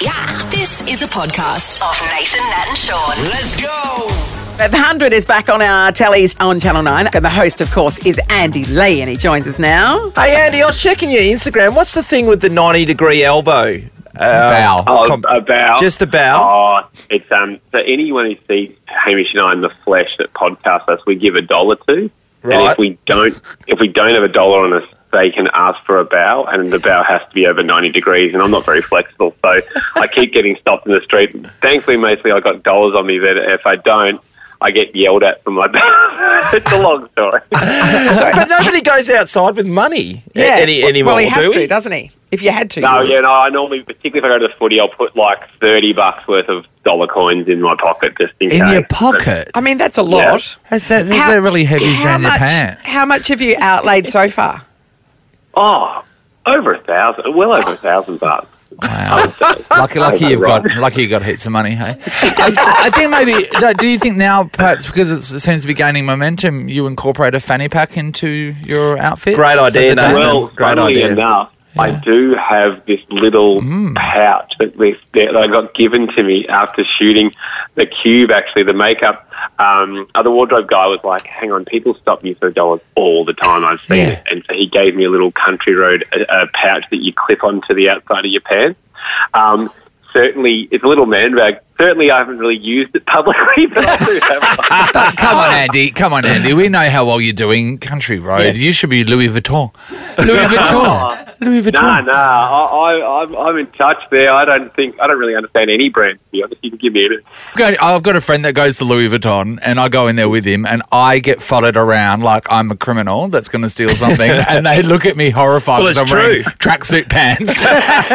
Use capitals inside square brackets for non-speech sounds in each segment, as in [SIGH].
Yeah. This is a podcast of Nathan, Nat, and Sean. Let's go. The 100 is back on our tellies on Channel 9. And the host, of course, is Andy Lee, and he joins us now. Hey Andy, I was checking your Instagram. What's the thing with the ninety degree elbow? Um, Bow. Oh, com- a bow. Just a bow. Oh, it's um. So anyone who sees Hamish and I in the flesh that podcast us, we give a dollar to. And Right. if we don't, if we don't have a dollar on us, they can ask for a bow, and the bow has to be over ninety degrees. And I'm not very flexible, so I keep getting stopped in the street. Thankfully, mostly I got dollars on me. That if I don't, I get yelled at for my bow. [LAUGHS] it's a long story. Oh, but nobody goes outside with money. a- Any, anymore, well, he has do to, we? doesn't he? If you had to. No, yeah, no. I normally, particularly if I go to the footy, I'll put like thirty bucks worth of dollar coins in my pocket just in, In case. your pocket? I mean, that's a lot. That's that, How- they're really heavy how down your much- [LAUGHS] pants. How much have you outlaid so far? Oh, over a thousand, well over a thousand bucks. Wow. lucky, lucky you've got lucky you got heaps of money, hey. I, I think maybe. do- Do you think now, perhaps because it's, it seems to be gaining momentum, you incorporate a fanny pack into your [LAUGHS] outfit? Great for idea, the day? Nathan. Well, Great funnily idea. enough, I do have this little Hmm. pouch that, we, that I got given to me after shooting the cube. Actually, the makeup. Um, uh, the wardrobe guy was like, "Hang on, people stop you for dollars all the time. I've seen Yeah. it." And so he gave me a little country road a, a pouch that you clip onto the outside of your pants. Um, certainly, it's a little man bag. Certainly, I haven't really used it publicly, [LAUGHS] but I do have one. [LAUGHS] But come on, Andy. Come on, Andy. We know how well you're doing, Country Road. You should be Louis Vuitton. Louis [LAUGHS] Vuitton. Louis Vuitton. No, no, I, I, I'm, I'm in touch there. I don't think I don't really understand any brand. To be honest, you can give me it. Go- I've got a friend that goes to Louis Vuitton, and I go in there with him, and I get followed around like I'm a criminal that's going to [LAUGHS] steal something, and they look at me horrified Well, because it's I'm wearing true. [LAUGHS] tracksuit pants,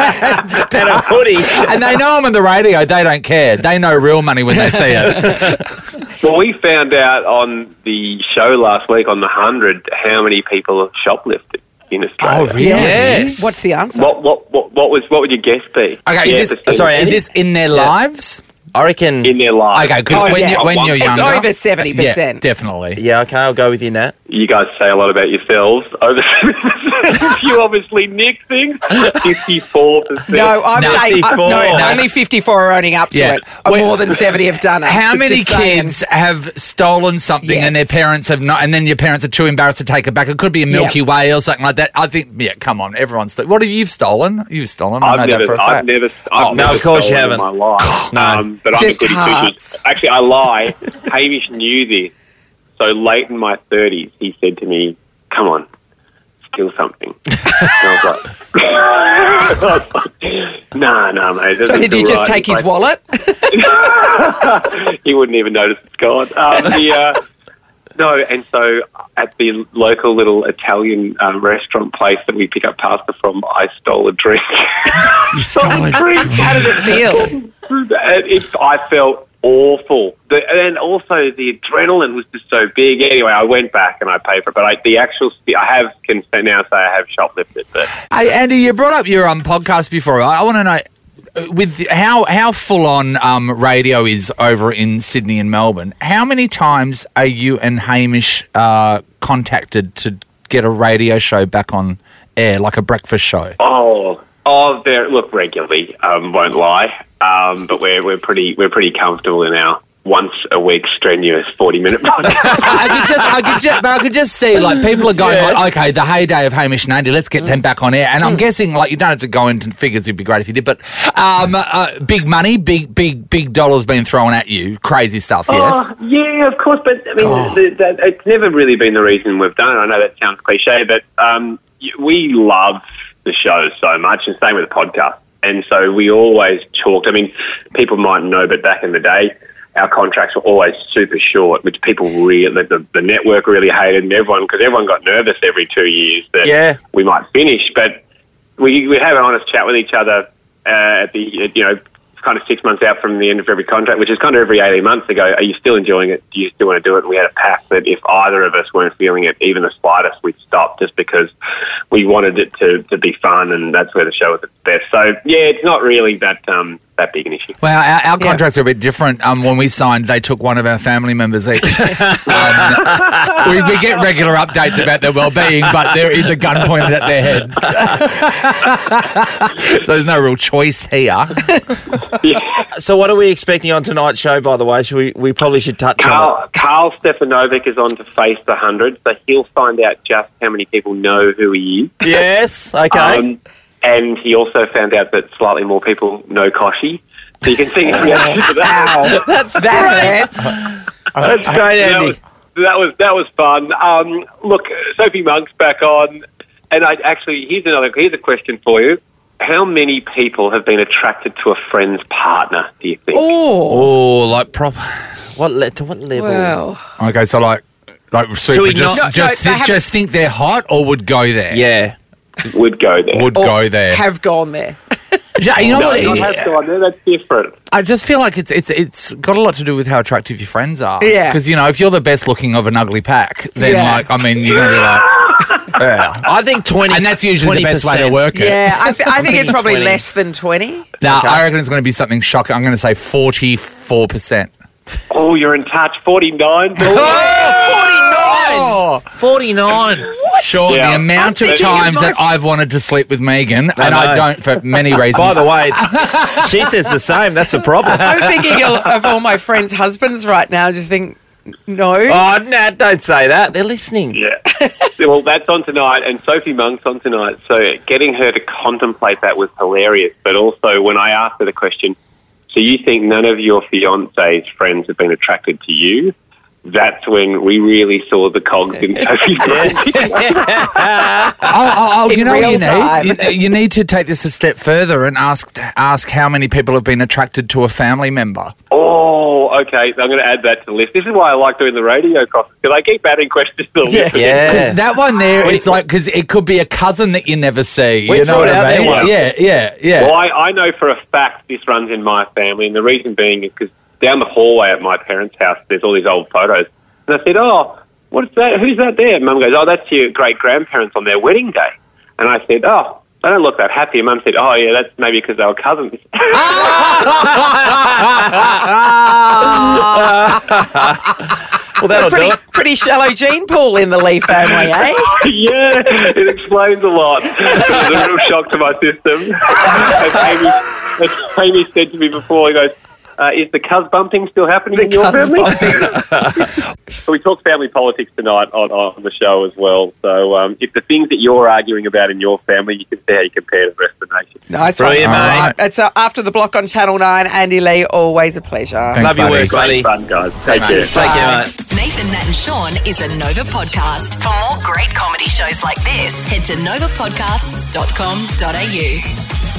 And a [LAUGHS] hoodie. and they know I'm on the radio. They don't care. They know real money when they [LAUGHS] see it. Well, we found out on the show last week on the hundred how many people shoplifted in Oh, Australia. Yes. What's the answer? What, what, what, what was what would your guess be? Okay, Yeah, is, percent- this, Sorry, is Andy? this in their lives? I reckon. in their life? Okay, because Oh, when, yeah. you, when you're It's younger, over 70%. Yeah, definitely. yeah, okay, I'll go with you, Nat. You guys say a lot about yourselves. [LAUGHS] Over you obviously nick things. Fifty-four percent. No, I'm No. saying uh, 54. no, only 54 are owning up to Yeah. it. Uh, Wait. More than 70 have done it. How many Just saying. kids have stolen something and their Yes. parents have not, and then your parents are too embarrassed to take it back? It could be a Milky Yep. Way or something like that. I think, yeah, come on, everyone's. St- what have you stolen? You've stolen. I know I've that for never, a fact. I've never, I've Oh, never no, of course stolen you in my life. No. um, but Just I'm a goody hearts. two-shoes. Actually, I lie. Hamish knew this. So late in my thirties, he said to me, "Come on, steal something." [LAUGHS] and I was like, [LAUGHS] "Nah, nah, mate." So did you you just take his [LAUGHS] wallet? [LAUGHS] he wouldn't even notice it's gone. Um, the, uh, [LAUGHS] no, and so at the local little Italian um, restaurant place that we pick up pasta from, I stole a drink. [LAUGHS] You stole it. How did it feel? it, it, I felt awful. The, and also the adrenaline was just so big. Anyway, I went back and I paid for it. But I, the actual, I have can now say I have shoplifted. But Hey, Andy, you brought up your um, podcast before. I, I want to know uh, with how how full on um, radio is over in Sydney and Melbourne. How many times are you and Hamish uh, contacted to get a radio show back on air, like a breakfast show? oh, oh, there. Look, regularly, um, won't lie. Um, but we're we're pretty we're pretty comfortable in our once a week strenuous forty minute podcast. I could just, I could just, but I could just see like people are going like, okay, the heyday of Hamish and Andy, let's get them back on air. And I'm guessing like you don't have to go into figures; it'd be great if you did. But um, uh, big money, big, big, big dollars being thrown at you, crazy stuff. Yes, Oh, yeah, of course. But I mean, the, that, it's never really been the reason we've done it. I know that sounds cliche, but um, y- we love the show so much, and same with the podcast. And so we always talked. I mean, people might know, but back in the day, our contracts were always super short, which people really, the, the network really hated, and everyone, because everyone got nervous every two years that Yeah. we might finish. But we we have an honest chat with each other uh, at the you know kind of six months out from the end of every contract, which is kind of every eighteen months ago. Are you still enjoying it? Do you still want to do it? And we had a pact that if either of us weren't feeling it, even the slightest, we'd stop just because we wanted it to to be fun, and that's where the show was at its best. So yeah, it's not really that. Um, that big an issue. Well, our, our contracts are a bit different. Um, when we signed, they took one of our family members each. um, we, we get regular updates about their well-being, but there is a gun pointed at their head. [LAUGHS] so there's no real choice here. So what are we expecting on tonight's show? By the way, should we? We probably should touch Oh. on [LAUGHS] Carl, Carl Stefanovic is on to face the 100, so he'll find out just how many people know who he is. it. Yes. Okay. Um, and he also found out that slightly more people know Koshi. So you can see his reaction to that. That's that hurts. That's great, That Andy. was, that was that was fun. Um, look, Sophie Monk's back on, and I actually here's another here's a question for you. How many people have been attracted to a friend's partner? Do you think? Oh, Oh, like prop. What le- to what level? well. Okay, so like, like super. we Just, not- No, just, no, they thi- just think they're hot, or would go there. Yeah. Would go there. would Or go there. Have gone there. Yeah, you know no, what? not have gone there. That's different. I just feel like it's it's it's got a lot to do with how attractive your friends are. Yeah. Because you know, if you're the best looking of an ugly pack, then Yeah. like, I mean, you're gonna be like, [LAUGHS] yeah. I think twenty. and that's usually the best way to 20%. work it. Yeah, [LAUGHS] I, th- I think it's probably 20. less than 20. Now I reckon it's going to be something shocking. I'm going to say 44. percent Oh, you're in touch. Forty nine. Oh, Forty-nine. Sean, Yeah. the amount I'm of thinking of times my- that I've wanted to sleep with Megan, and I no. don't for many reasons. By the way, it's, she says the same. That's a [LAUGHS] problem. I'm thinking of, of all my friends' husbands right now. I just think, no. Oh, no, don't say that. They're listening. Yeah. well, that's on tonight, and Sophie Monk's on tonight. So getting her to contemplate that was hilarious. But also, when I asked her the question, so you think none of your fiance's friends have been attracted to you? That's when we really saw the cogs in Sophie's brain. Oh, [LAUGHS] oh, oh you know what real you time. need? You, you need to take this a step further and ask ask how many people have been attracted to a family member. oh, okay. I'm going to add that to the list. This is why I like doing the radio crosses because I keep adding questions to the list. Yeah. Because that one there, it's like because it could be a cousin that you never see. We you know threw what it out I there mean? once. Yeah, yeah, yeah. Well, I, I know for a fact this runs in my family, and the reason being is because down the hallway at my parents' house, there's all these old photos. And I said, Oh, what's that? Who's that there? Mum goes, Oh, that's your great grandparents on their wedding day. And I said, Oh, they don't look that happy. And Mum said, Oh, yeah, that's maybe because they were cousins. [LAUGHS] well, that'll do pretty, it. pretty shallow gene pool in the Lee [LAUGHS] family, eh? [LAUGHS] yeah, it explains a lot. [LAUGHS] It was a real shock to my system. as, Amy, as Amy said to me before, he goes, uh, is the cuz bumping still happening in your cuz family? So [LAUGHS] we talk family politics tonight on, on the show as well. So um, if the things that you're arguing about in your family, you can see how you compare to the rest of the nation. Nice one. Brilliant, All mate. right. It's uh, after the block on Channel 9. Andy Lee, always a pleasure. Thanks, Love your buddy. work, buddy. Fun, guys. Take mate. care. Take care, mate. Nathan, Nat, and Sean is a Nova podcast. For more great comedy shows like this, head to novapodcasts.com.au.